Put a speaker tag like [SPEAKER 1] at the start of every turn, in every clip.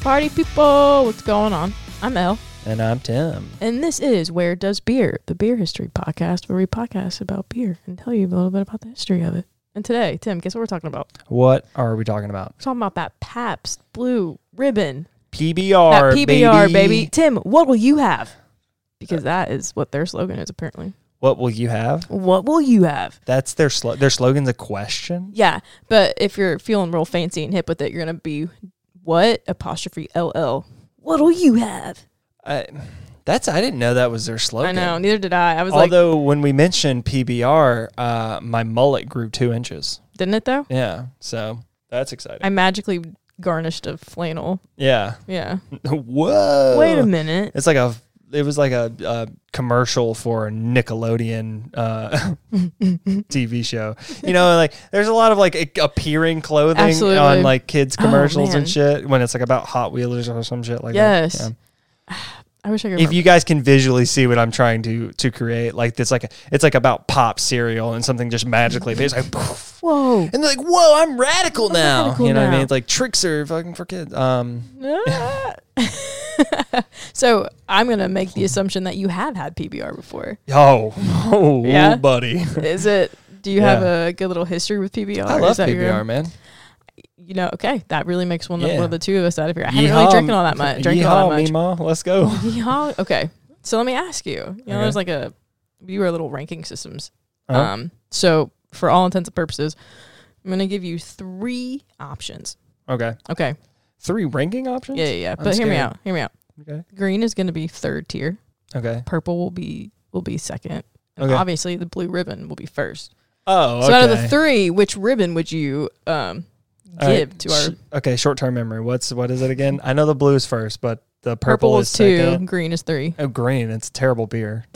[SPEAKER 1] Party people, what's going on? I'm Elle,
[SPEAKER 2] And I'm Tim.
[SPEAKER 1] and this is Where Does Beer, the beer history podcast, where we podcast about beer and tell you a little bit about the history of it. And today, Tim, guess what we're talking about?
[SPEAKER 2] What are we talking about?
[SPEAKER 1] We're talking about that Pabst Blue Ribbon,
[SPEAKER 2] PBR.
[SPEAKER 1] that PBR, baby. Tim, what will you have? Because that is what their slogan is, apparently.
[SPEAKER 2] What will you have?
[SPEAKER 1] What will you have?
[SPEAKER 2] That's their slo- their slogan's a question.
[SPEAKER 1] Yeah, but if you're feeling real fancy and hip with it, you're gonna be what apostrophe ll. What'll you have?
[SPEAKER 2] I, that's I didn't know that was their slogan.
[SPEAKER 1] I know. Neither did I. I was like,
[SPEAKER 2] Although when we mentioned PBR, uh, my mullet grew two inches.
[SPEAKER 1] didn't it though?
[SPEAKER 2] Yeah, so that's exciting.
[SPEAKER 1] I magically garnished a flannel.
[SPEAKER 2] yeah.
[SPEAKER 1] Yeah.
[SPEAKER 2] Whoa.
[SPEAKER 1] Wait a minute.
[SPEAKER 2] It's like a. It was like a, a commercial for a Nickelodeon uh, TV show. You know, like there's a lot of like a- appearing clothing
[SPEAKER 1] Absolutely.
[SPEAKER 2] on like kids
[SPEAKER 1] Oh,
[SPEAKER 2] commercials
[SPEAKER 1] man.
[SPEAKER 2] and shit when it's like about Hot Wheelers or some shit like
[SPEAKER 1] Yes.
[SPEAKER 2] that.
[SPEAKER 1] I wish I could.
[SPEAKER 2] Yeah. If
[SPEAKER 1] Remember.
[SPEAKER 2] you guys can visually see what I'm trying to to create, like it's like a, it's like about pop cereal and something just magically it's like poof.
[SPEAKER 1] Whoa.
[SPEAKER 2] and they're like whoa I'm radical now.
[SPEAKER 1] radical
[SPEAKER 2] you know what I
[SPEAKER 1] now.
[SPEAKER 2] mean? It's like tricks are fucking for kids. Um,
[SPEAKER 1] Ah. so I'm gonna make the assumption that you have had PBR before.
[SPEAKER 2] oh, oh
[SPEAKER 1] Yeah.
[SPEAKER 2] buddy,
[SPEAKER 1] Is it? Do you have
[SPEAKER 2] Yeah.
[SPEAKER 1] a good little history with PBR?
[SPEAKER 2] I
[SPEAKER 1] Is
[SPEAKER 2] love
[SPEAKER 1] that
[SPEAKER 2] PBR
[SPEAKER 1] your-
[SPEAKER 2] man.
[SPEAKER 1] you know, okay, that really makes one, of,
[SPEAKER 2] Yeah.
[SPEAKER 1] one of the two of us out of here. I haven't really drinking all that much. Drinking all that much.
[SPEAKER 2] Mima, let's go.
[SPEAKER 1] Yeehaw. Okay. So let me ask you. You know, there's
[SPEAKER 2] Okay.
[SPEAKER 1] like a you are little ranking systems.
[SPEAKER 2] Uh-huh.
[SPEAKER 1] Um, so for all intents and purposes, I'm gonna give you three options.
[SPEAKER 2] Okay.
[SPEAKER 1] Okay.
[SPEAKER 2] Three ranking options?
[SPEAKER 1] Yeah, yeah, yeah.
[SPEAKER 2] I'm
[SPEAKER 1] But hear me
[SPEAKER 2] scared.
[SPEAKER 1] out. Hear me out.
[SPEAKER 2] Okay.
[SPEAKER 1] Green is gonna be third tier.
[SPEAKER 2] Okay.
[SPEAKER 1] Purple will be will be second. And
[SPEAKER 2] Okay.
[SPEAKER 1] obviously the blue ribbon will be first.
[SPEAKER 2] Oh,
[SPEAKER 1] So out of the three, which ribbon would you um
[SPEAKER 2] All right.
[SPEAKER 1] give to our
[SPEAKER 2] Sh- Okay, short term memory. What's what is it again? I know the blue is first, but the purple,
[SPEAKER 1] purple
[SPEAKER 2] is
[SPEAKER 1] is two,
[SPEAKER 2] second.
[SPEAKER 1] green is three.
[SPEAKER 2] Oh, green. It's a terrible beer.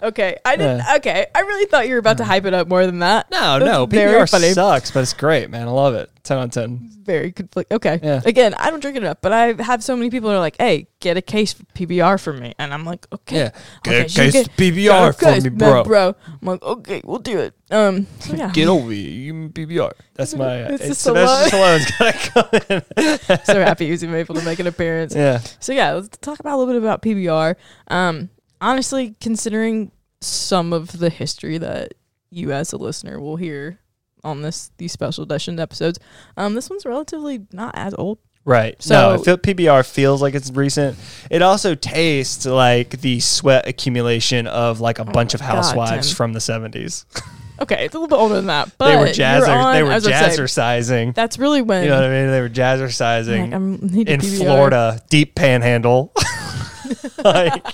[SPEAKER 1] Okay. I didn't okay. I really thought you were about to hype it up more than that.
[SPEAKER 2] No,
[SPEAKER 1] That's
[SPEAKER 2] no.
[SPEAKER 1] very
[SPEAKER 2] PBR
[SPEAKER 1] funny.
[SPEAKER 2] sucks, but it's great, man. I love it. Ten on ten.
[SPEAKER 1] very conflict. Okay.
[SPEAKER 2] Yeah.
[SPEAKER 1] Again, I don't drink it up, but I have so many people who are like, "Hey, get a case of PBR for me," and I'm like, "Okay,
[SPEAKER 2] Yeah.
[SPEAKER 1] okay,
[SPEAKER 2] Get
[SPEAKER 1] you
[SPEAKER 2] a case of PBR
[SPEAKER 1] get a
[SPEAKER 2] for
[SPEAKER 1] case,
[SPEAKER 2] me,
[SPEAKER 1] man,
[SPEAKER 2] bro.
[SPEAKER 1] bro." I'm like, "Okay, we'll do it." Um, so yeah.
[SPEAKER 2] Get over here. You mean PBR. That's my.
[SPEAKER 1] It's a
[SPEAKER 2] Sylvester Stallone's gotta come in.
[SPEAKER 1] so happy he was even able to make an appearance.
[SPEAKER 2] Yeah.
[SPEAKER 1] So yeah, let's talk about a little bit about PBR. Um, honestly, considering some of the history that you as a listener will hear on this these special edition episodes, um, this one's relatively not as old.
[SPEAKER 2] Right.
[SPEAKER 1] So-
[SPEAKER 2] no, it feel, PBR feels like it's recent. It also tastes like the sweat accumulation of like a bunch of
[SPEAKER 1] Oh God,
[SPEAKER 2] housewives
[SPEAKER 1] Tim.
[SPEAKER 2] from the 70s.
[SPEAKER 1] Okay, it's a little bit older than that, but
[SPEAKER 2] they were
[SPEAKER 1] you're
[SPEAKER 2] jazzer.
[SPEAKER 1] on-
[SPEAKER 2] They were
[SPEAKER 1] I was gonna say,
[SPEAKER 2] jazzercising.
[SPEAKER 1] That's really when
[SPEAKER 2] You know what I mean? They were
[SPEAKER 1] I'm like,
[SPEAKER 2] jazzercising
[SPEAKER 1] I'm need to
[SPEAKER 2] in
[SPEAKER 1] PBR.
[SPEAKER 2] Florida, deep panhandle. like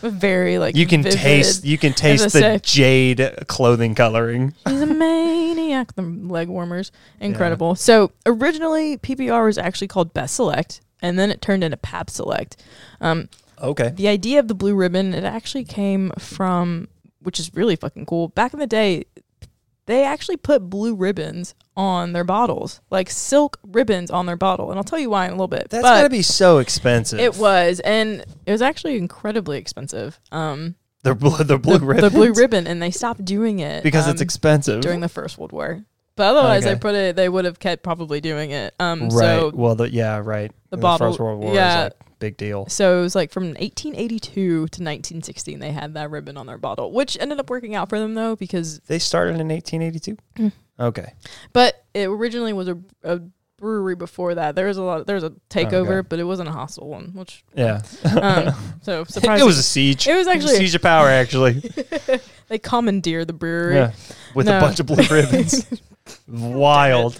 [SPEAKER 1] Very like
[SPEAKER 2] you can
[SPEAKER 1] vivid.
[SPEAKER 2] taste you can
[SPEAKER 1] As
[SPEAKER 2] taste
[SPEAKER 1] I
[SPEAKER 2] the
[SPEAKER 1] say.
[SPEAKER 2] jade clothing coloring.
[SPEAKER 1] He's a maniac. The leg warmers, incredible. So originally PBR was actually called Best Select, and then it turned into Pab Select. Um,
[SPEAKER 2] Okay.
[SPEAKER 1] the idea of the blue ribbon it actually came from, which is really fucking cool. Back in the day, they actually put blue ribbons on their bottles, like silk ribbons on their bottle, and I'll tell you why in a little bit.
[SPEAKER 2] That's
[SPEAKER 1] but
[SPEAKER 2] gotta be so expensive.
[SPEAKER 1] it was, and it was actually incredibly expensive. Um,
[SPEAKER 2] the blue the blue
[SPEAKER 1] the,
[SPEAKER 2] ribbon.
[SPEAKER 1] the blue ribbon, and they stopped doing it
[SPEAKER 2] because it's
[SPEAKER 1] um,
[SPEAKER 2] expensive.
[SPEAKER 1] during the First World War. But otherwise,
[SPEAKER 2] Okay.
[SPEAKER 1] they put it. They would have kept probably doing it. Um,
[SPEAKER 2] right.
[SPEAKER 1] so
[SPEAKER 2] well, the, yeah, right.
[SPEAKER 1] The bottle-
[SPEAKER 2] First World War
[SPEAKER 1] yeah.
[SPEAKER 2] is like big deal.
[SPEAKER 1] so it was like from 1882 to 1916 they had that ribbon on their bottle, which ended up working out for them though because.
[SPEAKER 2] They started in 1882.
[SPEAKER 1] Mm.
[SPEAKER 2] Okay.
[SPEAKER 1] But it originally was a, a brewery before that. There was a lot. There was a takeover, but it wasn't a hostile one, which
[SPEAKER 2] Yeah.
[SPEAKER 1] um, so surprising.
[SPEAKER 2] It was a siege.
[SPEAKER 1] It was actually-
[SPEAKER 2] a siege of power, actually.
[SPEAKER 1] they commandeer the brewery.
[SPEAKER 2] yeah. With
[SPEAKER 1] No.
[SPEAKER 2] a bunch of blue ribbons. Wild.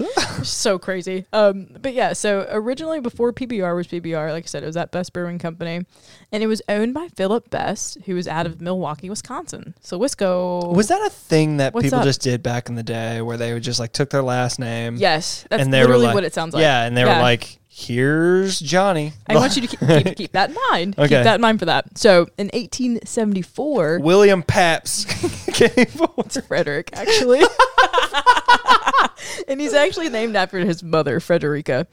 [SPEAKER 1] so crazy. Um, but yeah, so originally before PBR was PBR, like I said, it was at Best Brewing Company, and it was owned by Philip Best, who was out of Milwaukee, Wisconsin. So Wisco
[SPEAKER 2] Was that a thing that
[SPEAKER 1] What's
[SPEAKER 2] people
[SPEAKER 1] up?
[SPEAKER 2] just did back in the day where they would just like took their last name?
[SPEAKER 1] yes, that's
[SPEAKER 2] and they were
[SPEAKER 1] literally
[SPEAKER 2] like-
[SPEAKER 1] what it sounds like.
[SPEAKER 2] Yeah. And they
[SPEAKER 1] Yeah.
[SPEAKER 2] were like, here's Johnny.
[SPEAKER 1] I want you to keep, keep, keep that in mind. Keep
[SPEAKER 2] Okay.
[SPEAKER 1] that in mind for that. So in 1874,
[SPEAKER 2] William Paps came forward.
[SPEAKER 1] it's Frederick actually, and he's actually named after his mother, Frederica.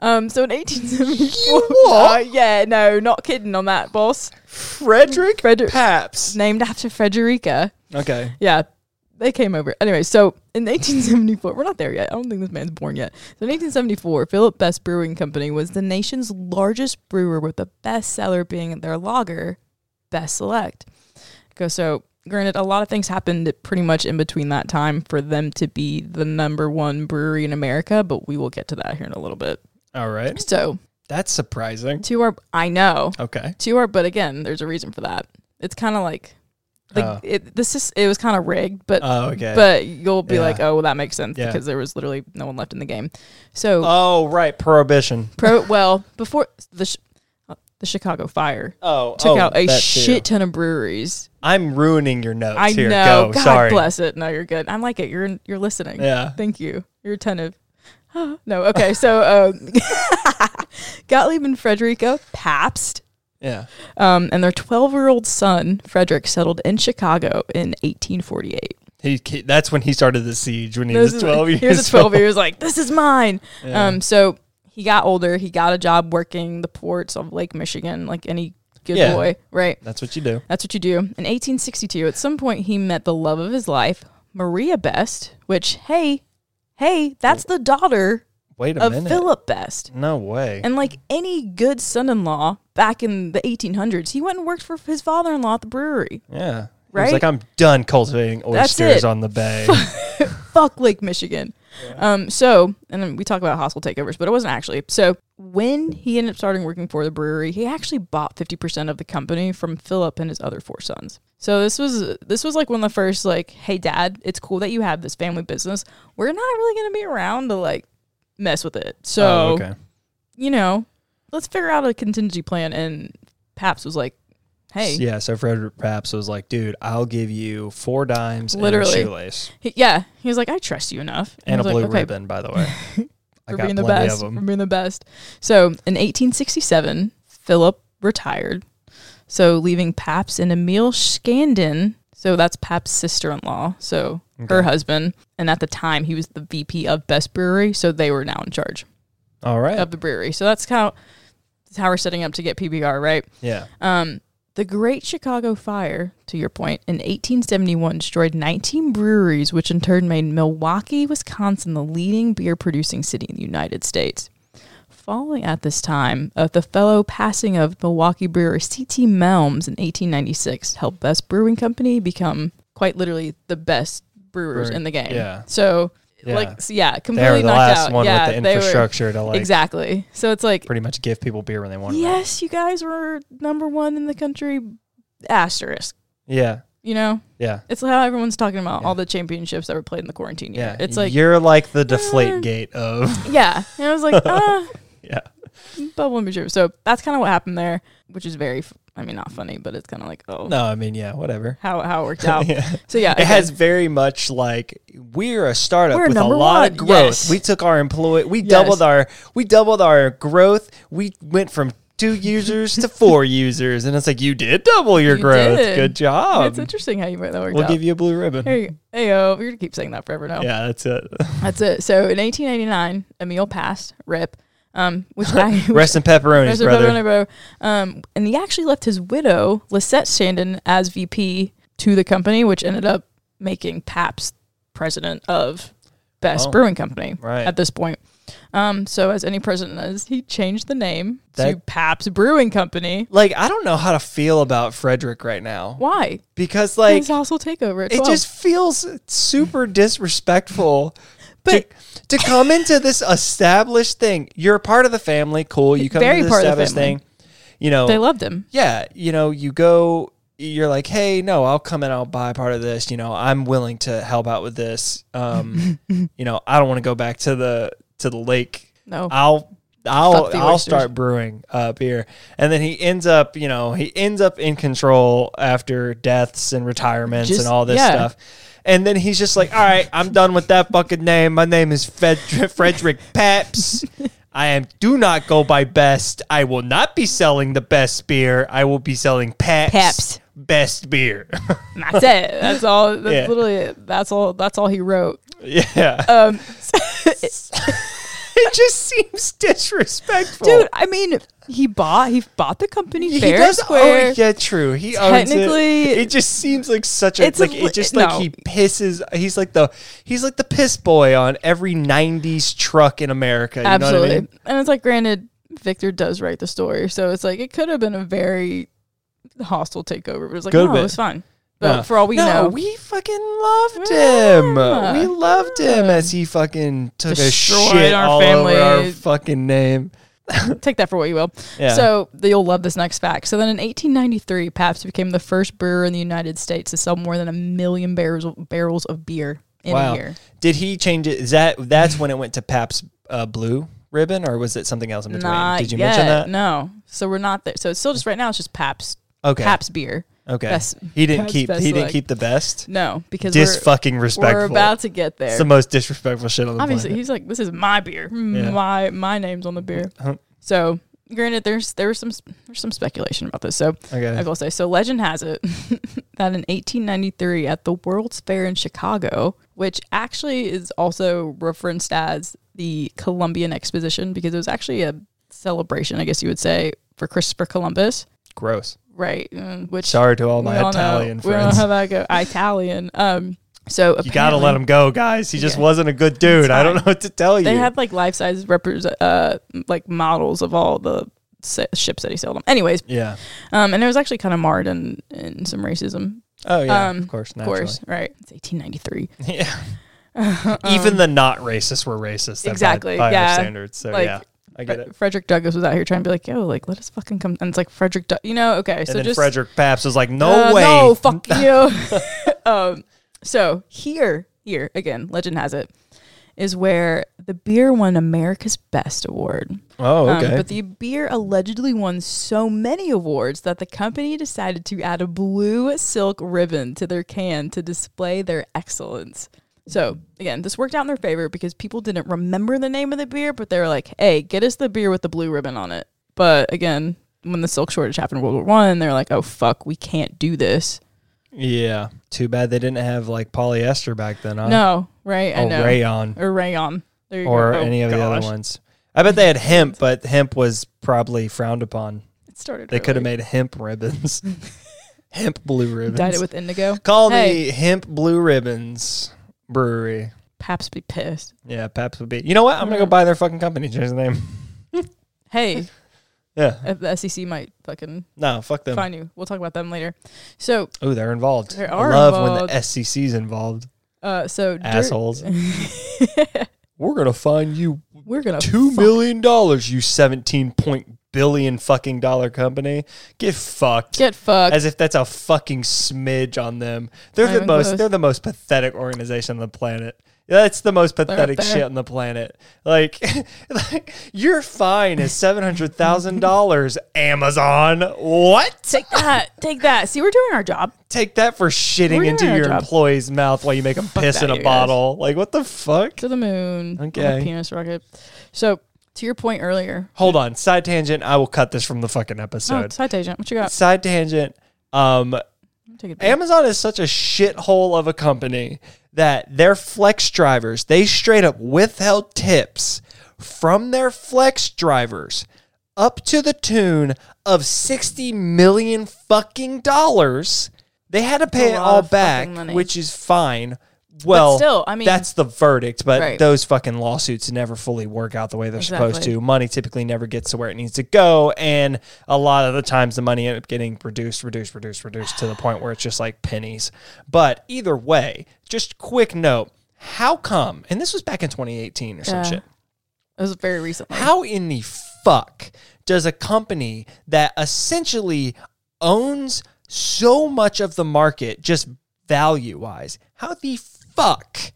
[SPEAKER 1] Um, so in 1874,
[SPEAKER 2] what?
[SPEAKER 1] Uh, yeah, no, not kidding on that, boss.
[SPEAKER 2] Frederick
[SPEAKER 1] Frederick-
[SPEAKER 2] Paps.
[SPEAKER 1] Named after Frederica.
[SPEAKER 2] Okay.
[SPEAKER 1] Yeah. they came over. Anyway, so in 1874, we're not there yet. I don't think this man's born yet. So in 1874, Philip Best Brewing Company was the nation's largest brewer, with the best seller being their lager, Best Select. Okay, so granted, a lot of things happened pretty much in between that time for them to be the number one brewery in America, but we will get to that here in a little bit.
[SPEAKER 2] All right.
[SPEAKER 1] So
[SPEAKER 2] That's surprising.
[SPEAKER 1] to our, I know
[SPEAKER 2] Okay.
[SPEAKER 1] to our, but again, there's a reason for that. It's kind of like, like
[SPEAKER 2] Oh.
[SPEAKER 1] it, this is it was kind of rigged, but
[SPEAKER 2] Oh, okay.
[SPEAKER 1] but you'll be
[SPEAKER 2] Yeah.
[SPEAKER 1] like, oh, well, that makes sense
[SPEAKER 2] Yeah.
[SPEAKER 1] because there was literally no one left in the game. So,
[SPEAKER 2] oh, right. Prohibition.
[SPEAKER 1] pro, well, before the sh- uh, the Chicago Fire
[SPEAKER 2] Oh,
[SPEAKER 1] took
[SPEAKER 2] oh,
[SPEAKER 1] out a
[SPEAKER 2] that too.
[SPEAKER 1] shit ton of breweries.
[SPEAKER 2] I'm ruining your notes
[SPEAKER 1] I
[SPEAKER 2] here.
[SPEAKER 1] know.
[SPEAKER 2] Go.
[SPEAKER 1] God
[SPEAKER 2] Sorry.
[SPEAKER 1] bless it. No, you're good. I like it. You're you're listening.
[SPEAKER 2] Yeah.
[SPEAKER 1] Thank you. You're attentive. no, okay. So, um, Gottlieb and Frederica Pabst
[SPEAKER 2] Yeah.
[SPEAKER 1] um, and their 12 year old son, Frederick, settled in Chicago in 1848.
[SPEAKER 2] He, he- that's when he started the siege when he
[SPEAKER 1] This
[SPEAKER 2] was
[SPEAKER 1] is-
[SPEAKER 2] 12 years
[SPEAKER 1] He was at 12
[SPEAKER 2] old.
[SPEAKER 1] He was like, this is mine.
[SPEAKER 2] Yeah.
[SPEAKER 1] Um, so he got older. He got a job working the ports of Lake Michigan, like any good
[SPEAKER 2] Yeah.
[SPEAKER 1] boy, right?
[SPEAKER 2] That's what you do.
[SPEAKER 1] That's what you do. In 1862, at some point, he met the love of his life, Maria Best, which, hey, hey, that's the daughter
[SPEAKER 2] Wait a
[SPEAKER 1] of
[SPEAKER 2] minute.
[SPEAKER 1] Philip Best.
[SPEAKER 2] No way.
[SPEAKER 1] And like any good son in law back in the 1800s, he went and worked for his father in law at the brewery.
[SPEAKER 2] yeah. He was
[SPEAKER 1] Right?
[SPEAKER 2] like, I'm done cultivating
[SPEAKER 1] That's
[SPEAKER 2] oysters
[SPEAKER 1] it.
[SPEAKER 2] on the bay.
[SPEAKER 1] fuck Lake Michigan. Um, so, and then we talk about hostile takeovers, but it wasn't actually. So, when he ended up starting working for the brewery, he actually bought 50% of the company from Philip and his other four sons. So this was this was like one of the first like, hey dad, it's cool that you have this family business. We're not really going to be around to like mess with it. So,
[SPEAKER 2] oh, okay.
[SPEAKER 1] you know, let's figure out a contingency plan and Paps was like, hey,
[SPEAKER 2] Yeah, so Frederick Paps was like, dude, I'll give you four dimes and
[SPEAKER 1] Literally.
[SPEAKER 2] a shoelace.
[SPEAKER 1] He- yeah, he was like, I trust you enough.
[SPEAKER 2] And
[SPEAKER 1] I
[SPEAKER 2] a
[SPEAKER 1] was
[SPEAKER 2] blue
[SPEAKER 1] like, "Okay,
[SPEAKER 2] ribbon, by the way. I
[SPEAKER 1] for
[SPEAKER 2] got
[SPEAKER 1] being the
[SPEAKER 2] plenty
[SPEAKER 1] best.
[SPEAKER 2] of
[SPEAKER 1] For
[SPEAKER 2] them.
[SPEAKER 1] being the best. So in 1867, Philip retired, so leaving Paps and Emil Scandin. So that's Paps' sister-in-law. So her
[SPEAKER 2] Okay.
[SPEAKER 1] husband, and at the time he was the VP of Best Brewery, so they were now in charge
[SPEAKER 2] All right.
[SPEAKER 1] of the brewery. So that's kind of that's how we're setting up to get PBR, right?
[SPEAKER 2] yeah.
[SPEAKER 1] Um, the Great Chicago Fire, to your point, in 1871 destroyed 19 breweries, which in turn made Milwaukee, Wisconsin, the leading beer producing city in the United States. Following at this time, of the fellow passing of Milwaukee brewer C.T. Melms in 1896 helped Best Brewing Company become quite literally the best brewers
[SPEAKER 2] Brewer-
[SPEAKER 1] in the game.
[SPEAKER 2] yeah.
[SPEAKER 1] So,
[SPEAKER 2] Yeah.
[SPEAKER 1] like, so yeah,
[SPEAKER 2] They were
[SPEAKER 1] completely
[SPEAKER 2] the
[SPEAKER 1] knocked
[SPEAKER 2] last
[SPEAKER 1] out.
[SPEAKER 2] one
[SPEAKER 1] yeah,
[SPEAKER 2] with the
[SPEAKER 1] they were-
[SPEAKER 2] infrastructure to like
[SPEAKER 1] exactly. So it's like
[SPEAKER 2] pretty much give people beer when they want it.
[SPEAKER 1] Yes, you guys were number one in the country. Asterisk.
[SPEAKER 2] Yeah.
[SPEAKER 1] You know,
[SPEAKER 2] Yeah.
[SPEAKER 1] it's how everyone's talking about
[SPEAKER 2] Yeah.
[SPEAKER 1] all the championships that were played in the quarantine year.
[SPEAKER 2] Yeah.
[SPEAKER 1] It's like,
[SPEAKER 2] you're like the
[SPEAKER 1] uh,
[SPEAKER 2] deflate gate of
[SPEAKER 1] yeah. And I was like, ah,
[SPEAKER 2] Yeah.
[SPEAKER 1] bubble and Bajou. So that's kind of what happened there, which is very, f- I mean, not funny, but it's kind of like, oh,
[SPEAKER 2] No, I mean, yeah, whatever.
[SPEAKER 1] how, how it worked out.
[SPEAKER 2] Yeah.
[SPEAKER 1] So yeah,
[SPEAKER 2] It has very much like we're a startup
[SPEAKER 1] We're
[SPEAKER 2] with a
[SPEAKER 1] number
[SPEAKER 2] lot of
[SPEAKER 1] one,
[SPEAKER 2] growth.
[SPEAKER 1] yes.
[SPEAKER 2] We took our employee, we
[SPEAKER 1] Yes.
[SPEAKER 2] doubled our we doubled our growth. We went from two users to four users, and it's like you did double your
[SPEAKER 1] You
[SPEAKER 2] growth.
[SPEAKER 1] did.
[SPEAKER 2] Good
[SPEAKER 1] okay.
[SPEAKER 2] job.
[SPEAKER 1] it's interesting how you made that work
[SPEAKER 2] We'll
[SPEAKER 1] out.
[SPEAKER 2] give you a blue ribbon.
[SPEAKER 1] Here you go. Hey, yo, we're going to keep saying that forever now.
[SPEAKER 2] Yeah, that's it.
[SPEAKER 1] That's it. So in 1889, Emil passed, rip, um, which I, which
[SPEAKER 2] Rest in pepperonis,
[SPEAKER 1] Rest in
[SPEAKER 2] brother.
[SPEAKER 1] pepperoni, bro. Um, and he actually left his widow, Lisette Shandon, as VP to the company, which ended up making Paps president of Best
[SPEAKER 2] Wow.
[SPEAKER 1] Brewing Company
[SPEAKER 2] Oh, Right.
[SPEAKER 1] at this point. Um, so as any president does, he changed the name to
[SPEAKER 2] That-
[SPEAKER 1] Paps Brewing Company.
[SPEAKER 2] Like I don't know how to feel about Frederick right now
[SPEAKER 1] Why?
[SPEAKER 2] because
[SPEAKER 1] Like,
[SPEAKER 2] like
[SPEAKER 1] His hostile takeover. At
[SPEAKER 2] it
[SPEAKER 1] 12.
[SPEAKER 2] just feels super disrespectful
[SPEAKER 1] But-
[SPEAKER 2] to, to come into this established thing. You're a part of the family, cool. You come
[SPEAKER 1] Very
[SPEAKER 2] into this
[SPEAKER 1] part of the
[SPEAKER 2] established
[SPEAKER 1] family.
[SPEAKER 2] thing. You know,
[SPEAKER 1] they loved him.
[SPEAKER 2] yeah, you know, you go you're like, "Hey, no, I'll come and I'll buy part of this. You know, I'm willing to help out with this. Um, you know, I don't want to go back to the to the lake.
[SPEAKER 1] No.
[SPEAKER 2] I'll I'll
[SPEAKER 1] Fuck the
[SPEAKER 2] I'll
[SPEAKER 1] oysters.
[SPEAKER 2] start brewing uh, beer, and then he ends up, you know, he ends up in control after deaths and retirements
[SPEAKER 1] Just-
[SPEAKER 2] and all this
[SPEAKER 1] yeah.
[SPEAKER 2] stuff, and then he's just like, all right, I'm done with that fucking name. My name is Fred- Frederick Paps. I am do not go by best. I will not be selling the best beer. I will be selling Paps,
[SPEAKER 1] Paps.
[SPEAKER 2] best beer.
[SPEAKER 1] And That's it. That's all. That's Uh, Um,
[SPEAKER 2] Yeah.
[SPEAKER 1] literally it. That's all. That's all he wrote.
[SPEAKER 2] yeah,
[SPEAKER 1] Um,
[SPEAKER 2] it just seems disrespectful.
[SPEAKER 1] Dude, I mean, he bought he bought the company
[SPEAKER 2] He oh,
[SPEAKER 1] fair
[SPEAKER 2] does
[SPEAKER 1] and square.
[SPEAKER 2] own- yeah, true. He owns it.
[SPEAKER 1] Technically-
[SPEAKER 2] It just seems like such a
[SPEAKER 1] It's a
[SPEAKER 2] like
[SPEAKER 1] li-
[SPEAKER 2] it just like
[SPEAKER 1] no.
[SPEAKER 2] he pisses. He's like the he's like the piss boy on every '90s truck in America. You
[SPEAKER 1] Absolutely.
[SPEAKER 2] know what I mean?
[SPEAKER 1] And it's like, granted, Victor does write the story, so it's like it could have been a very hostile takeover. But it was like,
[SPEAKER 2] Could've
[SPEAKER 1] no,
[SPEAKER 2] been.
[SPEAKER 1] it was fun. But
[SPEAKER 2] No.
[SPEAKER 1] for all we
[SPEAKER 2] no,
[SPEAKER 1] know,
[SPEAKER 2] we fucking loved him.
[SPEAKER 1] Yeah.
[SPEAKER 2] We loved him as he fucking took
[SPEAKER 1] Destroyed
[SPEAKER 2] a shit
[SPEAKER 1] our
[SPEAKER 2] all
[SPEAKER 1] family.
[SPEAKER 2] over our fucking name.
[SPEAKER 1] take that for what you will.
[SPEAKER 2] Yeah.
[SPEAKER 1] So th- you'll love this next fact. So then in 1893, Pabst became the first brewer in the United States to sell more than a million barrels barrels of beer in
[SPEAKER 2] Wow.
[SPEAKER 1] a year.
[SPEAKER 2] Did he change it? Is that that's when it went to Pabst uh, Blue Ribbon, or was it something else in between?
[SPEAKER 1] Not
[SPEAKER 2] Did you
[SPEAKER 1] yet.
[SPEAKER 2] mention that?
[SPEAKER 1] No. So we're not there. So it's still just right now. It's just Pabst.
[SPEAKER 2] Okay.
[SPEAKER 1] Pabst beer.
[SPEAKER 2] okay.
[SPEAKER 1] Best-
[SPEAKER 2] he didn't
[SPEAKER 1] Pabst
[SPEAKER 2] keep.
[SPEAKER 1] Best
[SPEAKER 2] He didn't
[SPEAKER 1] Select.
[SPEAKER 2] keep the best.
[SPEAKER 1] No, because
[SPEAKER 2] Dis
[SPEAKER 1] we're,
[SPEAKER 2] fucking respectful.
[SPEAKER 1] we're about to get
[SPEAKER 2] It's
[SPEAKER 1] there.
[SPEAKER 2] the most disrespectful shit on the
[SPEAKER 1] Obviously,
[SPEAKER 2] planet.
[SPEAKER 1] he's like, this is my beer.
[SPEAKER 2] Yeah.
[SPEAKER 1] My my name's on the beer.
[SPEAKER 2] Huh.
[SPEAKER 1] So granted, there's there was some there's some speculation about this. So I
[SPEAKER 2] Okay.
[SPEAKER 1] will say, so legend has it that in 1893 at the World's Fair in Chicago, which actually is also referenced as the Columbian Exposition because it was actually a celebration, I guess you would say, for Christopher Columbus,
[SPEAKER 2] Gross.
[SPEAKER 1] right? Mm, Which
[SPEAKER 2] Sorry to all
[SPEAKER 1] we
[SPEAKER 2] my
[SPEAKER 1] all know-
[SPEAKER 2] Italian
[SPEAKER 1] We all know
[SPEAKER 2] friends.
[SPEAKER 1] how that go. Italian. Um, so
[SPEAKER 2] You gotta let him go, guys. He just
[SPEAKER 1] Yeah.
[SPEAKER 2] wasn't a good dude. I don't know
[SPEAKER 1] fine.
[SPEAKER 2] what to tell you.
[SPEAKER 1] They had like life size repres- uh, like models of all the sa- ships that he sailed on. Anyways,
[SPEAKER 2] yeah.
[SPEAKER 1] um, and it was actually kind of marred in, in some racism
[SPEAKER 2] Oh yeah.
[SPEAKER 1] Um,
[SPEAKER 2] of course.
[SPEAKER 1] Of
[SPEAKER 2] Naturally.
[SPEAKER 1] course, right? It's 1893.
[SPEAKER 2] Yeah. Even the not racists were racist. then by-
[SPEAKER 1] Um, Exactly,
[SPEAKER 2] By, our
[SPEAKER 1] yeah.
[SPEAKER 2] standards. So
[SPEAKER 1] Like,
[SPEAKER 2] yeah, I get it.
[SPEAKER 1] Fre- Frederick Douglass was out here trying to be like, yo, like let us fucking come. And it's like Frederick, Doug you know, okay, so
[SPEAKER 2] and then
[SPEAKER 1] just
[SPEAKER 2] Frederick Pabst was like, "No
[SPEAKER 1] uh,
[SPEAKER 2] way,
[SPEAKER 1] no, fuck you. um, so here, here again, legend has it is where the beer won America's Best Award.
[SPEAKER 2] Oh,
[SPEAKER 1] Um,
[SPEAKER 2] okay.
[SPEAKER 1] but the beer allegedly won so many awards that the company decided to add a blue silk ribbon to their can to display their excellence. So, again, this worked out in their favor because people didn't remember the name of the beer, but they were like, hey, get us the beer with the blue ribbon on it. But again, when the silk shortage happened in World War One, they're like, oh, fuck, we can't do this.
[SPEAKER 2] yeah. Too bad they didn't have like polyester back then, huh?
[SPEAKER 1] no, right? I
[SPEAKER 2] Or
[SPEAKER 1] know.
[SPEAKER 2] rayon
[SPEAKER 1] Or rayon. There you
[SPEAKER 2] or
[SPEAKER 1] go. Oh,
[SPEAKER 2] any of the other
[SPEAKER 1] gosh.
[SPEAKER 2] ones. I bet they had hemp, but hemp was probably frowned upon.
[SPEAKER 1] It started.
[SPEAKER 2] They could have
[SPEAKER 1] early.
[SPEAKER 2] made hemp ribbons, hemp blue ribbons.
[SPEAKER 1] Dyed it with indigo.
[SPEAKER 2] Call
[SPEAKER 1] Hey.
[SPEAKER 2] me Hemp Blue Ribbons Brewery.
[SPEAKER 1] Paps be pissed.
[SPEAKER 2] Yeah, Pabst would be. You know what? I'm gonna
[SPEAKER 1] Hmm.
[SPEAKER 2] go buy their fucking company. Change the name.
[SPEAKER 1] Hey,
[SPEAKER 2] Yeah.
[SPEAKER 1] Uh, the SEC might fucking
[SPEAKER 2] No, fuck them.
[SPEAKER 1] find you. We'll talk about them later. So,
[SPEAKER 2] Oh, they're involved.
[SPEAKER 1] They
[SPEAKER 2] I
[SPEAKER 1] are
[SPEAKER 2] love when
[SPEAKER 1] involved.
[SPEAKER 2] the SCC's involved.
[SPEAKER 1] uh, so dur-
[SPEAKER 2] Assholes. We're gonna find you
[SPEAKER 1] we're gonna
[SPEAKER 2] Two million dollars, you seventeen point billion fucking dollar company. Get fucked.
[SPEAKER 1] get fucked.
[SPEAKER 2] As if that's a fucking smidge on them. They're
[SPEAKER 1] Not
[SPEAKER 2] the
[SPEAKER 1] even
[SPEAKER 2] most.
[SPEAKER 1] close.
[SPEAKER 2] They're the most pathetic organization on the planet. That's the most pathetic
[SPEAKER 1] there.
[SPEAKER 2] shit on the planet. Like, like your fine is seven hundred thousand dollars. Amazon, what?
[SPEAKER 1] take that. Take that. See, we're doing our job.
[SPEAKER 2] Take that for shitting
[SPEAKER 1] We're
[SPEAKER 2] into
[SPEAKER 1] doing our
[SPEAKER 2] your
[SPEAKER 1] job.
[SPEAKER 2] employee's mouth while you make them piss
[SPEAKER 1] that,
[SPEAKER 2] in a
[SPEAKER 1] you guys.
[SPEAKER 2] bottle. Like, what the fuck?
[SPEAKER 1] To the moon. on a
[SPEAKER 2] Okay.
[SPEAKER 1] penis rocket. So, to your point earlier.
[SPEAKER 2] Hold on, side tangent. I will cut this from the fucking
[SPEAKER 1] Oh,
[SPEAKER 2] episode.
[SPEAKER 1] side tangent. What you got?
[SPEAKER 2] side tangent. Um,
[SPEAKER 1] Take it. back.
[SPEAKER 2] Amazon is such a shithole of a company that their flex drivers they straight up withheld tips from their flex drivers up to the tune of sixty million fucking dollars. They had to pay
[SPEAKER 1] a
[SPEAKER 2] it
[SPEAKER 1] lot
[SPEAKER 2] all
[SPEAKER 1] of fucking
[SPEAKER 2] back,
[SPEAKER 1] money.
[SPEAKER 2] which is fine. Well,
[SPEAKER 1] still, I mean-
[SPEAKER 2] that's the verdict. But
[SPEAKER 1] Right.
[SPEAKER 2] those fucking lawsuits never fully work out the way they're supposed
[SPEAKER 1] Exactly.
[SPEAKER 2] to. Money typically never gets to where it needs to go, and a lot of the times the money end up getting reduced, reduced, reduced, reduced to the point where it's just like pennies. But either way, just quick note: How come? And this was back in 2018 or some
[SPEAKER 1] Yeah.
[SPEAKER 2] shit.
[SPEAKER 1] It was very recently.
[SPEAKER 2] How in the fuck does a company that essentially owns so much of the market just value wise, how the fuck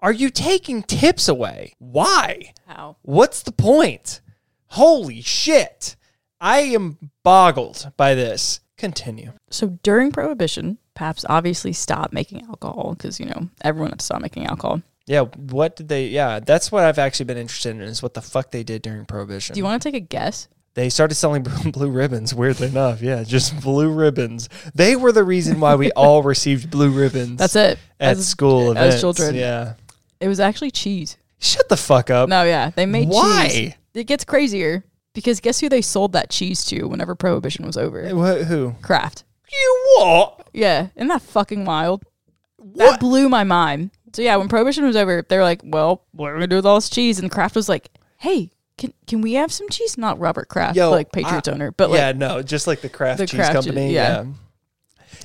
[SPEAKER 2] are you taking tips away? Why?
[SPEAKER 1] How?
[SPEAKER 2] What's the point? Holy shit. I am boggled by this. Continue.
[SPEAKER 1] So during Prohibition, Pabst obviously stopped making alcohol because you know everyone had to stop making alcohol.
[SPEAKER 2] Yeah, what did they? Yeah, that's what I've actually been interested in is what the fuck they did during Prohibition.
[SPEAKER 1] Do you want to take a guess?
[SPEAKER 2] They started selling blue ribbons, weirdly enough. Yeah, just blue ribbons. They were the reason why we all received blue ribbons
[SPEAKER 1] That's it.
[SPEAKER 2] at
[SPEAKER 1] As-
[SPEAKER 2] school
[SPEAKER 1] as
[SPEAKER 2] events.
[SPEAKER 1] children.
[SPEAKER 2] Yeah.
[SPEAKER 1] It was actually cheese.
[SPEAKER 2] Shut the fuck up.
[SPEAKER 1] No, yeah, they made
[SPEAKER 2] Why?
[SPEAKER 1] cheese. It gets crazier because guess who they sold that cheese to whenever Prohibition was over?
[SPEAKER 2] Wh- who?
[SPEAKER 1] Kraft.
[SPEAKER 2] You what?
[SPEAKER 1] Yeah, isn't that fucking wild? That blew my mind. So yeah, when Prohibition was over, they were like, "Well, what are we gonna do with all this cheese?" And Kraft was like, "Hey, can can we have some cheese?" Not Robert Kraft,
[SPEAKER 2] Yo,
[SPEAKER 1] like Patriots owner, but like,
[SPEAKER 2] yeah, no, just like the Kraft
[SPEAKER 1] The
[SPEAKER 2] Cheese
[SPEAKER 1] Kraft cheese,
[SPEAKER 2] Company.
[SPEAKER 1] yeah.
[SPEAKER 2] yeah.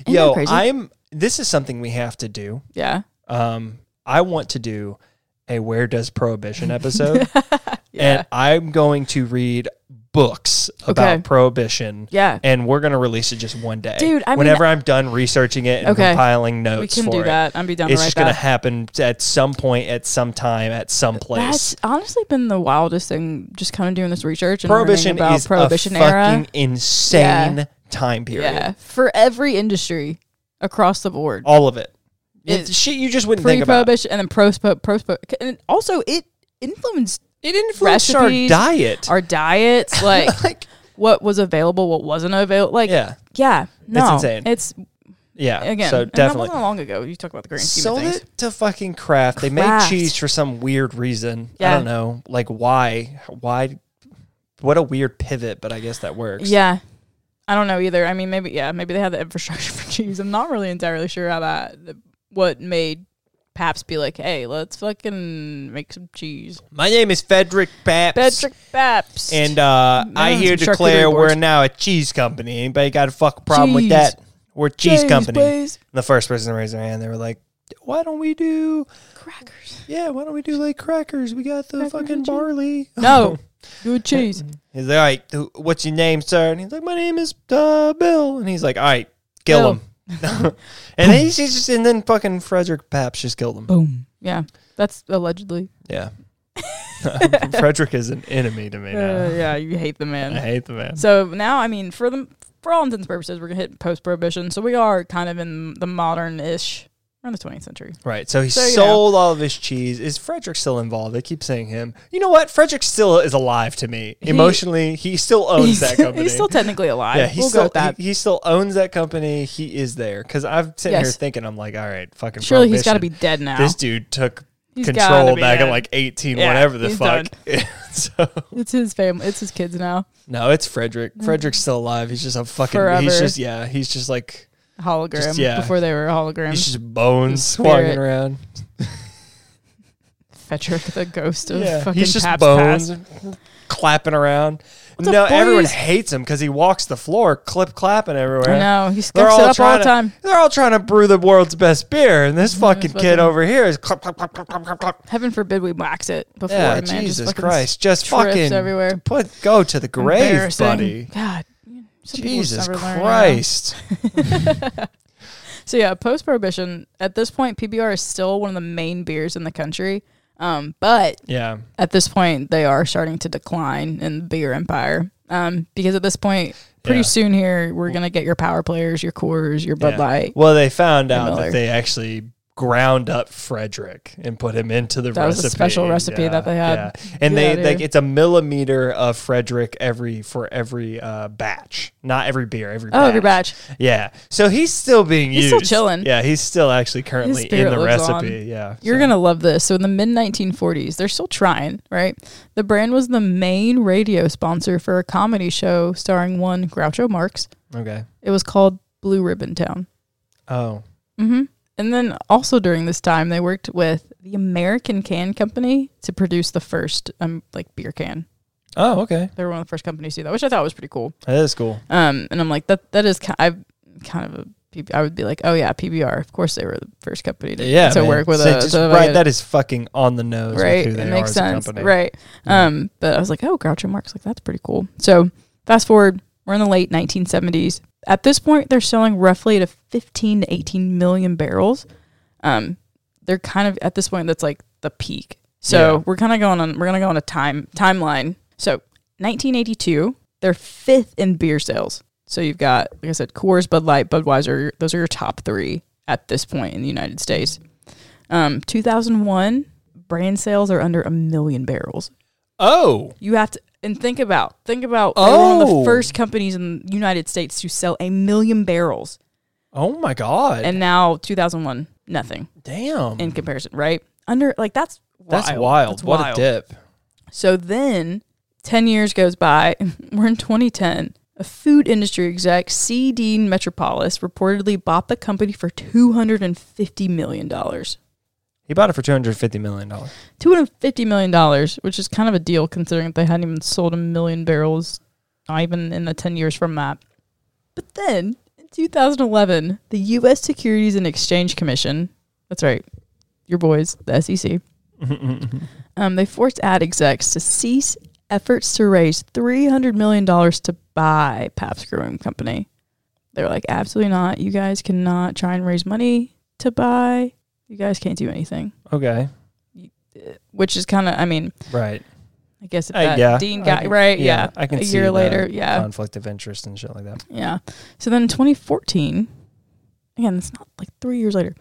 [SPEAKER 1] that
[SPEAKER 2] Yo,
[SPEAKER 1] crazy?
[SPEAKER 2] I'm. This is something we have to do.
[SPEAKER 1] yeah,
[SPEAKER 2] Um, I want to do a "Where Does Prohibition" episode,
[SPEAKER 1] yeah,
[SPEAKER 2] and I'm going to read books about
[SPEAKER 1] Okay.
[SPEAKER 2] prohibition.
[SPEAKER 1] yeah.
[SPEAKER 2] And we're gonna release it just one day,
[SPEAKER 1] Dude, I mean-
[SPEAKER 2] whenever I'm done researching it and
[SPEAKER 1] Okay.
[SPEAKER 2] compiling
[SPEAKER 1] we
[SPEAKER 2] notes
[SPEAKER 1] can
[SPEAKER 2] for
[SPEAKER 1] do
[SPEAKER 2] it,
[SPEAKER 1] that. I'd be down
[SPEAKER 2] it's
[SPEAKER 1] to write
[SPEAKER 2] just gonna
[SPEAKER 1] that.
[SPEAKER 2] happen at some point, at some time, at some place.
[SPEAKER 1] That's honestly been the wildest thing. Just kind of doing this research and learning
[SPEAKER 2] prohibition
[SPEAKER 1] about
[SPEAKER 2] is
[SPEAKER 1] prohibition
[SPEAKER 2] a
[SPEAKER 1] era.
[SPEAKER 2] fucking insane time period.
[SPEAKER 1] Yeah, for every industry across the board.
[SPEAKER 2] All of it.
[SPEAKER 1] It-
[SPEAKER 2] shit you just wouldn't
[SPEAKER 1] Pre
[SPEAKER 2] think about.
[SPEAKER 1] prohibition and then post post and also it influenced
[SPEAKER 2] It influenced our
[SPEAKER 1] recipes
[SPEAKER 2] diet.
[SPEAKER 1] our diets, like
[SPEAKER 2] like,
[SPEAKER 1] what was available, what wasn't available. Like yeah,
[SPEAKER 2] yeah,
[SPEAKER 1] no,
[SPEAKER 2] insane.
[SPEAKER 1] It's
[SPEAKER 2] yeah.
[SPEAKER 1] again,
[SPEAKER 2] so
[SPEAKER 1] and that
[SPEAKER 2] definitely
[SPEAKER 1] wasn't long ago. You talk about the grand scheme of
[SPEAKER 2] sold
[SPEAKER 1] things.
[SPEAKER 2] it to fucking Kraft. They made
[SPEAKER 1] Kraft.
[SPEAKER 2] cheese for some weird reason.
[SPEAKER 1] Yeah.
[SPEAKER 2] I don't know, like why? Why? What a weird pivot, but I guess that works.
[SPEAKER 1] Yeah, I don't know either. I mean, maybe yeah, maybe they had the infrastructure for cheese. I'm not really entirely sure how that what made Paps be like, hey, let's fucking make some cheese.
[SPEAKER 2] My name is Frederick Paps.
[SPEAKER 1] Patrick Paps
[SPEAKER 2] And uh, I
[SPEAKER 1] Mm,
[SPEAKER 2] here
[SPEAKER 1] charcuterie
[SPEAKER 2] declare we're
[SPEAKER 1] boards.
[SPEAKER 2] now a cheese company. Anybody got a fuck problem
[SPEAKER 1] Cheese.
[SPEAKER 2] with that? We're a cheese
[SPEAKER 1] Cheese,
[SPEAKER 2] company.
[SPEAKER 1] please.
[SPEAKER 2] And the first person to raise their hand, they were like, "Why don't we do?
[SPEAKER 1] crackers.
[SPEAKER 2] Yeah, why don't we do like crackers? We got the
[SPEAKER 1] Crackers
[SPEAKER 2] fucking
[SPEAKER 1] and cheese."
[SPEAKER 2] barley."
[SPEAKER 1] No, good cheese.
[SPEAKER 2] He's like, all right, th- what's your name, sir? And he's like, my name is uh, Bill. And he's like, all right,
[SPEAKER 1] Bill.
[SPEAKER 2] kill him. and then he's, he's just, and then fucking Frederick Paps just killed him.
[SPEAKER 1] Boom. Yeah, that's allegedly.
[SPEAKER 2] Yeah. Frederick is an enemy to me
[SPEAKER 1] Uh,
[SPEAKER 2] now.
[SPEAKER 1] yeah, you hate the man.
[SPEAKER 2] I hate the man.
[SPEAKER 1] So now, I mean, for the for all intents and purposes, we're gonna hit post prohibition. So we are kind of in the modern ish, around the twentieth century.
[SPEAKER 2] Right. So he
[SPEAKER 1] So, you
[SPEAKER 2] sold all of his cheese. Is Frederick still involved? They keep saying him. You know what? Frederick still is alive to me.
[SPEAKER 1] He-
[SPEAKER 2] Emotionally, he still owns Oh, that company.
[SPEAKER 1] he's still technically alive.
[SPEAKER 2] yeah, he
[SPEAKER 1] we'll
[SPEAKER 2] still
[SPEAKER 1] go with that.
[SPEAKER 2] He, he still owns that company. He is there because I'm sitting here
[SPEAKER 1] Yes.
[SPEAKER 2] thinking I'm like, all right, fucking.
[SPEAKER 1] Surely he's got to
[SPEAKER 2] prohibition.
[SPEAKER 1] be dead now.
[SPEAKER 2] This dude took
[SPEAKER 1] He's gotta
[SPEAKER 2] control
[SPEAKER 1] be
[SPEAKER 2] back
[SPEAKER 1] dead.
[SPEAKER 2] in like 18,
[SPEAKER 1] Yeah,
[SPEAKER 2] whatever the
[SPEAKER 1] he's
[SPEAKER 2] fuck. so,
[SPEAKER 1] it's his family. It's his kids now.
[SPEAKER 2] no, it's Frederick. Frederick's still alive. He's just a fucking.
[SPEAKER 1] Mm. Forever.
[SPEAKER 2] He's just yeah. He's just like
[SPEAKER 1] Hologram.
[SPEAKER 2] Just- yeah.
[SPEAKER 1] Before they were holograms.
[SPEAKER 2] he's just bones
[SPEAKER 1] Just
[SPEAKER 2] walking
[SPEAKER 1] spirit.
[SPEAKER 2] around.
[SPEAKER 1] Frederick, the ghost of
[SPEAKER 2] Yeah,
[SPEAKER 1] fucking
[SPEAKER 2] he's just
[SPEAKER 1] Pabst
[SPEAKER 2] bones
[SPEAKER 1] Past.
[SPEAKER 2] clapping around.
[SPEAKER 1] up,
[SPEAKER 2] no, everyone
[SPEAKER 1] boys?
[SPEAKER 2] hates him because he walks the floor, clip clapping everywhere.
[SPEAKER 1] I know. He
[SPEAKER 2] They're
[SPEAKER 1] scuffs
[SPEAKER 2] all
[SPEAKER 1] it up all
[SPEAKER 2] trying
[SPEAKER 1] the
[SPEAKER 2] to,
[SPEAKER 1] time.
[SPEAKER 2] They're all trying to brew the world's best beer, and this fucking
[SPEAKER 1] fucking-
[SPEAKER 2] kid over here is clap clap clap clap clap clap. clap.
[SPEAKER 1] Heaven forbid we wax it before.
[SPEAKER 2] Yeah,
[SPEAKER 1] man. Just
[SPEAKER 2] Jesus
[SPEAKER 1] fucking
[SPEAKER 2] Christ, just
[SPEAKER 1] trips
[SPEAKER 2] fucking
[SPEAKER 1] everywhere.
[SPEAKER 2] Put go to the grave,
[SPEAKER 1] embarrassing.
[SPEAKER 2] buddy.
[SPEAKER 1] God. Some people just
[SPEAKER 2] Jesus
[SPEAKER 1] never learn, you know?
[SPEAKER 2] Christ.
[SPEAKER 1] So yeah, post prohibition, at this point, PBR is still one of the main beers in the country. Um, but
[SPEAKER 2] Yeah.
[SPEAKER 1] at this point, they are starting to decline in the beer empire. Um, because at this point, pretty
[SPEAKER 2] Yeah.
[SPEAKER 1] soon here, we're gonna get your power players, your cores, your Bud
[SPEAKER 2] yeah.
[SPEAKER 1] Light.
[SPEAKER 2] Well, they found out
[SPEAKER 1] Miller.
[SPEAKER 2] that they actually ground up Frederick and put him into the
[SPEAKER 1] That was
[SPEAKER 2] recipe.
[SPEAKER 1] a special recipe that they had.
[SPEAKER 2] And
[SPEAKER 1] Get outta
[SPEAKER 2] they like
[SPEAKER 1] here.
[SPEAKER 2] it's a millimeter of Frederick every for every uh, batch, not every beer, every
[SPEAKER 1] Oh, your batch.
[SPEAKER 2] Yeah. So he's still being
[SPEAKER 1] He's
[SPEAKER 2] used.
[SPEAKER 1] still chilling.
[SPEAKER 2] Yeah, he's still actually currently in
[SPEAKER 1] spirit
[SPEAKER 2] the
[SPEAKER 1] lives on.
[SPEAKER 2] recipe. Yeah.
[SPEAKER 1] You're gonna love this. So in the mid 1940s, they're still trying, right? The brand was the main radio sponsor for a comedy show starring one Groucho Marx.
[SPEAKER 2] Okay.
[SPEAKER 1] It was called Blue Ribbon Town.
[SPEAKER 2] Oh.
[SPEAKER 1] Mm-hmm. And then also during this time, they worked with the American Can Company to produce the first um like beer can.
[SPEAKER 2] Oh, okay.
[SPEAKER 1] They were one of the first companies to do that, which I thought was pretty cool.
[SPEAKER 2] That is cool.
[SPEAKER 1] Um, and I'm like that that is kind I've kind of a PB, I would be like, oh yeah, PBR. Of course, they were the first company to,
[SPEAKER 2] Yeah.
[SPEAKER 1] to
[SPEAKER 2] man.
[SPEAKER 1] work with
[SPEAKER 2] So
[SPEAKER 1] us.
[SPEAKER 2] just-
[SPEAKER 1] So, like,
[SPEAKER 2] right. That is fucking on the nose.
[SPEAKER 1] right,
[SPEAKER 2] With who
[SPEAKER 1] it
[SPEAKER 2] they
[SPEAKER 1] makes
[SPEAKER 2] are
[SPEAKER 1] sense,
[SPEAKER 2] As a company.
[SPEAKER 1] right? Um, but I was like, oh, Groucho Marx, like that's pretty cool. So fast forward, we're in the late 1970s. At this point, they're selling roughly to 15 to 18 million barrels. Um, they're kind of at this point that's like the peak. So
[SPEAKER 2] Yeah.
[SPEAKER 1] we're kind of going on. We're gonna go on a time timeline. So 1982, they're fifth in beer sales. So you've got, like I said, Coors, Bud Light, Budweiser. Those are your top three at this point in the United States. Um, 2001 brand sales are under a million barrels.
[SPEAKER 2] Oh.
[SPEAKER 1] You have to and think about think about they were one of the
[SPEAKER 2] Oh.
[SPEAKER 1] first companies in the United States to sell a million barrels,
[SPEAKER 2] Oh my God.
[SPEAKER 1] and now 2001 nothing
[SPEAKER 2] Damn.
[SPEAKER 1] in comparison, right? Under like that's
[SPEAKER 2] Mm. That's wild.
[SPEAKER 1] That's
[SPEAKER 2] what
[SPEAKER 1] wild.
[SPEAKER 2] a dip.
[SPEAKER 1] So then 10 years goes by. We're in 2010. A food industry exec, C. Dean Metropolis, reportedly bought the company for $250 million. $250
[SPEAKER 2] He bought it for two hundred fifty million dollars.
[SPEAKER 1] million, which is kind of a deal considering they hadn't even sold a million barrels, not even in the 10 years from that. But then in 2011, the U.S. Securities and Exchange Commission, that's right, your boys, the SEC, um, they forced ad execs to cease efforts to raise $300 million to buy Pabst Brewing Company. They were like, absolutely not. You guys cannot try and raise money to buy. You guys can't do anything.
[SPEAKER 2] okay,
[SPEAKER 1] Which is kind of, I mean,
[SPEAKER 2] right.
[SPEAKER 1] I guess if
[SPEAKER 2] Uh,
[SPEAKER 1] that
[SPEAKER 2] yeah.
[SPEAKER 1] Dean
[SPEAKER 2] I
[SPEAKER 1] got
[SPEAKER 2] can-
[SPEAKER 1] right,
[SPEAKER 2] yeah,
[SPEAKER 1] yeah,
[SPEAKER 2] I can
[SPEAKER 1] a
[SPEAKER 2] see
[SPEAKER 1] year
[SPEAKER 2] the
[SPEAKER 1] later, yeah,
[SPEAKER 2] Conflict of interest and shit like that.
[SPEAKER 1] yeah. So then in 2014, again, it's not like three years later,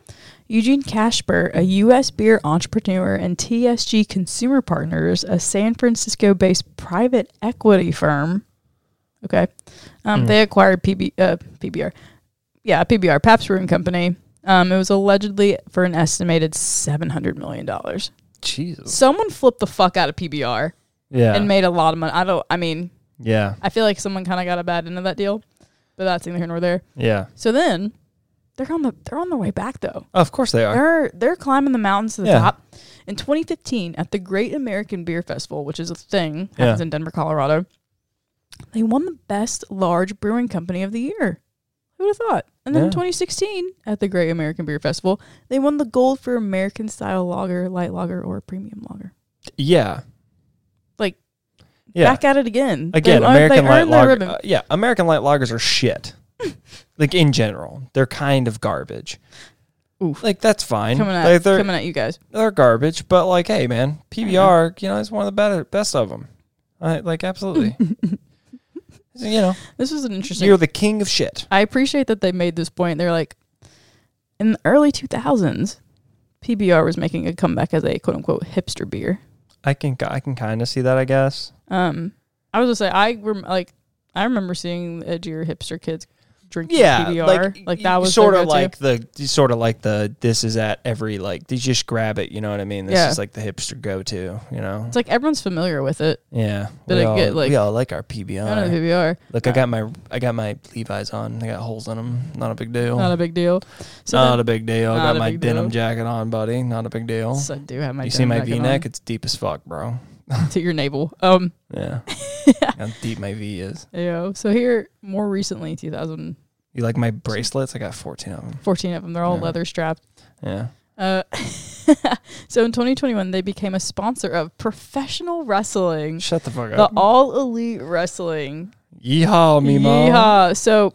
[SPEAKER 1] Eugene Casper, a U.S. beer entrepreneur and TSG Consumer Partners, a San Francisco based private equity firm, okay, um,
[SPEAKER 2] Mhm.
[SPEAKER 1] they acquired PB, uh, PBR. Yeah, PBR, Pabst Brewing Company. Um, it was allegedly for an estimated $700 million.
[SPEAKER 2] Jesus.
[SPEAKER 1] Someone flipped the fuck out of PBR
[SPEAKER 2] Yeah.
[SPEAKER 1] and made a lot of money. I don't, I mean,
[SPEAKER 2] yeah.
[SPEAKER 1] I feel like someone kind of got a bad end of that deal, but that's neither here nor there.
[SPEAKER 2] Yeah.
[SPEAKER 1] So then they're on the they're on their way back though.
[SPEAKER 2] Of course they are.
[SPEAKER 1] They're they're climbing the mountains to the
[SPEAKER 2] Uh, Yeah.
[SPEAKER 1] top. In 2015, at the Great American Beer Festival, which is a thing
[SPEAKER 2] Yeah.
[SPEAKER 1] happens in Denver, Colorado, they won the best large brewing company of the year. Who would have thought? And then in
[SPEAKER 2] Yeah.
[SPEAKER 1] 2016, at the Great American Beer Festival, they won the gold for American style lager, light lager, or premium lager.
[SPEAKER 2] Yeah.
[SPEAKER 1] Like,
[SPEAKER 2] Yeah.
[SPEAKER 1] Back at it again. They
[SPEAKER 2] Again,
[SPEAKER 1] earned- they
[SPEAKER 2] American light
[SPEAKER 1] earned their
[SPEAKER 2] lager.
[SPEAKER 1] ribbon.
[SPEAKER 2] uh, yeah, American light lagers are shit. like in general, they're kind of garbage.
[SPEAKER 1] Oof.
[SPEAKER 2] Like that's fine.
[SPEAKER 1] coming at
[SPEAKER 2] like they're
[SPEAKER 1] coming at you guys.
[SPEAKER 2] they're garbage, but like hey man, PBR, you know, is one of the better best of them. I, like absolutely. So, you know,
[SPEAKER 1] This was an interesting
[SPEAKER 2] you're the king of shit.
[SPEAKER 1] I appreciate that they made this point. They're like, in the early 2000s, PBR was making a comeback as a quote unquote hipster beer.
[SPEAKER 2] I can I can kind of see that, I guess.
[SPEAKER 1] Um, I was gonna say I rem- like I remember seeing the edgier hipster kids drinking
[SPEAKER 2] yeah,
[SPEAKER 1] PBR.
[SPEAKER 2] like,
[SPEAKER 1] Like,
[SPEAKER 2] y-
[SPEAKER 1] that was
[SPEAKER 2] sort
[SPEAKER 1] sort
[SPEAKER 2] of like the sort of like the this is at every like they just grab it, you know what I mean? This
[SPEAKER 1] Yeah.
[SPEAKER 2] is like the hipster go to, you know?
[SPEAKER 1] it's like everyone's familiar with it.
[SPEAKER 2] Yeah,
[SPEAKER 1] But
[SPEAKER 2] we,
[SPEAKER 1] I
[SPEAKER 2] all,
[SPEAKER 1] get, like-
[SPEAKER 2] we all like our
[SPEAKER 1] I don't know
[SPEAKER 2] PBI.
[SPEAKER 1] PBR.
[SPEAKER 2] Look, I got my I got my Levi's on. They got holes in them. Not a big deal.
[SPEAKER 1] Not a big deal. So
[SPEAKER 2] Not
[SPEAKER 1] then-
[SPEAKER 2] a big deal. I
[SPEAKER 1] Not
[SPEAKER 2] got
[SPEAKER 1] a
[SPEAKER 2] my
[SPEAKER 1] big
[SPEAKER 2] denim
[SPEAKER 1] deal.
[SPEAKER 2] jacket on, buddy. Not a big deal.
[SPEAKER 1] so I do have my
[SPEAKER 2] you see my
[SPEAKER 1] denim jacket
[SPEAKER 2] V neck? It's deep as fuck, bro.
[SPEAKER 1] on to your navel. Um,
[SPEAKER 2] Yeah, how deep my V is.
[SPEAKER 1] yeah. So here, more recently, 2014
[SPEAKER 2] You like my bracelets? I got fourteen of them.
[SPEAKER 1] of them. They're all
[SPEAKER 2] Yeah.
[SPEAKER 1] leather strapped.
[SPEAKER 2] Yeah.
[SPEAKER 1] Uh, so in 2021, they became a sponsor of professional wrestling,
[SPEAKER 2] Shut the fuck
[SPEAKER 1] the
[SPEAKER 2] up.
[SPEAKER 1] All Elite Wrestling.
[SPEAKER 2] Yeehaw, Mimo.
[SPEAKER 1] Yeehaw. So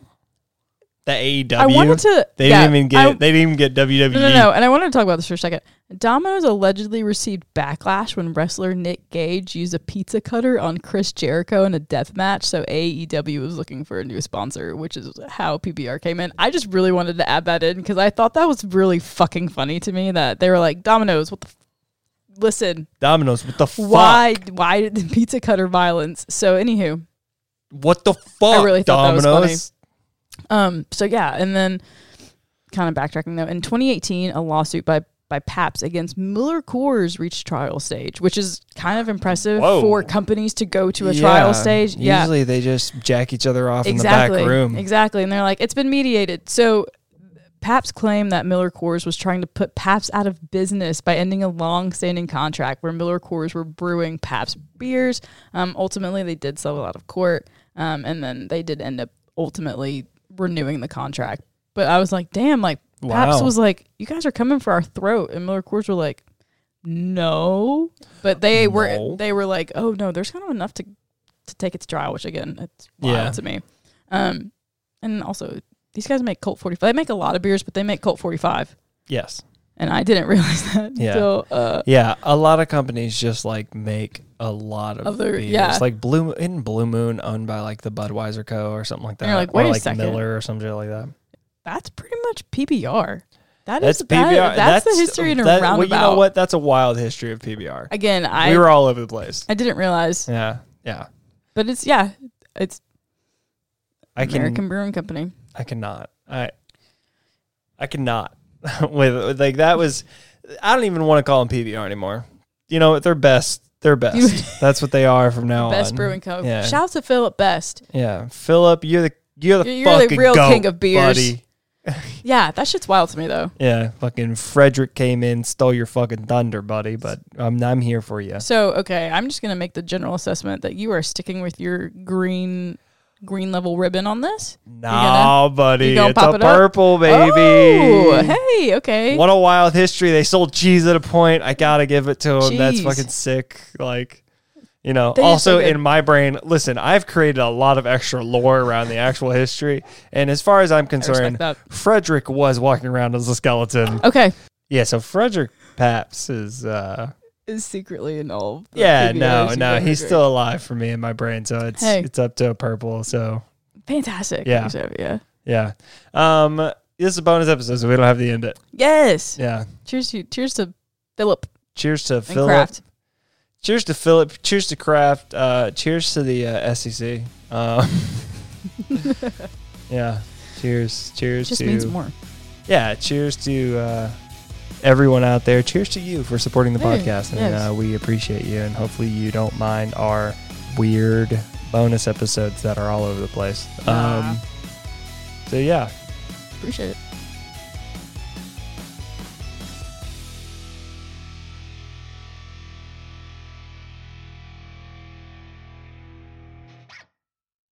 [SPEAKER 2] The AEW.
[SPEAKER 1] I wanted to.
[SPEAKER 2] They
[SPEAKER 1] yeah,
[SPEAKER 2] didn't even get.
[SPEAKER 1] I-
[SPEAKER 2] they didn't even get E. WWE.
[SPEAKER 1] no, no, no. And I wanted to talk about this for a second. Domino's allegedly received backlash when wrestler Nick Gage used a pizza cutter on Chris Jericho in a death match. So AEW was looking for a new sponsor, which is how PBR came in. I just really wanted to add that in because I thought that was really fucking funny to me that they were like, Domino's, what the. F- Listen,
[SPEAKER 2] Domino's. What the fuck?
[SPEAKER 1] why why did the pizza cutter violence so anywho
[SPEAKER 2] What the fuck?
[SPEAKER 1] really thought that was
[SPEAKER 2] Domino's.
[SPEAKER 1] funny. um so yeah and then kind of backtracking though in 2018 a lawsuit by by paps against miller coors reached trial stage which is kind of impressive
[SPEAKER 2] Whoa.
[SPEAKER 1] for companies to go to a
[SPEAKER 2] Yeah.
[SPEAKER 1] trial stage yeah
[SPEAKER 2] Usually they just jack each other off
[SPEAKER 1] exactly
[SPEAKER 2] in the back room.
[SPEAKER 1] exactly and they're like it's been mediated so Paps claimed that Miller Coors was trying to put Paps out of business by ending a long-standing contract where Miller Coors were brewing Paps beers. Um, ultimately, they did settle out of court, um, and then they did end up ultimately renewing the contract. But I was like, "Damn!" Like Paps
[SPEAKER 2] Wow.
[SPEAKER 1] was like, "You guys are coming for our throat," and Miller Coors were like, "No," but they
[SPEAKER 2] No.
[SPEAKER 1] were they were like, "Oh no, there's kind of enough to to take it to trial," which again, it's wild
[SPEAKER 2] Yeah.
[SPEAKER 1] to me. Um, and also these guys make Colt 45. They make a lot of beers, but they make Colt 45.
[SPEAKER 2] Yes.
[SPEAKER 1] And I didn't realize that
[SPEAKER 2] Yeah.
[SPEAKER 1] until uh,
[SPEAKER 2] Yeah. A lot of companies just like make a lot of
[SPEAKER 1] Other-
[SPEAKER 2] beers.
[SPEAKER 1] yeah.
[SPEAKER 2] Like Blue in Blue Moon owned by like the Budweiser Co. or something like that.
[SPEAKER 1] And you're like,
[SPEAKER 2] or
[SPEAKER 1] wait a
[SPEAKER 2] like
[SPEAKER 1] second.
[SPEAKER 2] Miller or something like that.
[SPEAKER 1] that's pretty much PBR. That
[SPEAKER 2] That's
[SPEAKER 1] is
[SPEAKER 2] PBR.
[SPEAKER 1] That, that's, the history in a
[SPEAKER 2] that- well,
[SPEAKER 1] roundabout.
[SPEAKER 2] you know what? That's a wild history of PBR.
[SPEAKER 1] Again, I
[SPEAKER 2] we were all over the place.
[SPEAKER 1] I didn't realize,
[SPEAKER 2] Yeah. Yeah.
[SPEAKER 1] but it's yeah, it's
[SPEAKER 2] I can
[SPEAKER 1] American Brewing Company.
[SPEAKER 2] I cannot. I I cannot. with like that was I don't even want to call them PBR anymore. you know, they're best. They're best. That's what they are from now
[SPEAKER 1] Best
[SPEAKER 2] on.
[SPEAKER 1] Brewing Co.
[SPEAKER 2] Yeah.
[SPEAKER 1] Shout out to Philip Best.
[SPEAKER 2] Yeah, Philip, you're the you're the
[SPEAKER 1] You're- you're the
[SPEAKER 2] fucking
[SPEAKER 1] real
[SPEAKER 2] goat,
[SPEAKER 1] king of beers.
[SPEAKER 2] buddy.
[SPEAKER 1] Yeah, that shit's wild to me though.
[SPEAKER 2] Yeah, fucking Frederick came in, stole your fucking thunder, buddy. But I'm I'm here for you.
[SPEAKER 1] So okay, I'm just gonna make the general assessment that you are sticking with your green green level ribbon on this.
[SPEAKER 2] Nah, buddy,
[SPEAKER 1] you gonna
[SPEAKER 2] it's
[SPEAKER 1] pop
[SPEAKER 2] a
[SPEAKER 1] it up?
[SPEAKER 2] purple
[SPEAKER 1] Oh,
[SPEAKER 2] baby.
[SPEAKER 1] hey, okay.
[SPEAKER 2] What a wild history! They sold cheese at a point. I gotta give it to them. That's
[SPEAKER 1] Jeez.
[SPEAKER 2] fucking sick. Like. You know,
[SPEAKER 1] That is
[SPEAKER 2] also
[SPEAKER 1] so good.
[SPEAKER 2] in my brain, listen, I've created a lot of extra lore around the actual history. And as far as I'm concerned,
[SPEAKER 1] that.
[SPEAKER 2] Frederick was walking around as a skeleton.
[SPEAKER 1] Okay.
[SPEAKER 2] Yeah, so Frederick Paps is uh
[SPEAKER 1] Is secretly involved.
[SPEAKER 2] yeah, no, no, he's still alive for me in my brain, so it's
[SPEAKER 1] Hey.
[SPEAKER 2] it's up to a purple, so
[SPEAKER 1] fantastic.
[SPEAKER 2] Yeah.
[SPEAKER 1] So, yeah.
[SPEAKER 2] yeah. Um this is a bonus episode, so we don't have the end it.
[SPEAKER 1] Yes.
[SPEAKER 2] Yeah.
[SPEAKER 1] Cheers to cheers to Philip
[SPEAKER 2] Cheers to
[SPEAKER 1] and
[SPEAKER 2] Philip.
[SPEAKER 1] Kraft.
[SPEAKER 2] Cheers to Philip. Cheers to Kraft. Uh cheers to the uh, SEC. Um Yeah. Cheers. Cheers
[SPEAKER 1] It just
[SPEAKER 2] to
[SPEAKER 1] means more.
[SPEAKER 2] Yeah, cheers to uh Everyone out there, cheers to you for supporting the
[SPEAKER 1] Yeah,
[SPEAKER 2] podcast. And
[SPEAKER 1] yes.
[SPEAKER 2] uh, we appreciate you. And hopefully, you don't mind our weird bonus episodes that are all over the place.
[SPEAKER 1] Nah.
[SPEAKER 2] Um, so, yeah,
[SPEAKER 1] Appreciate it.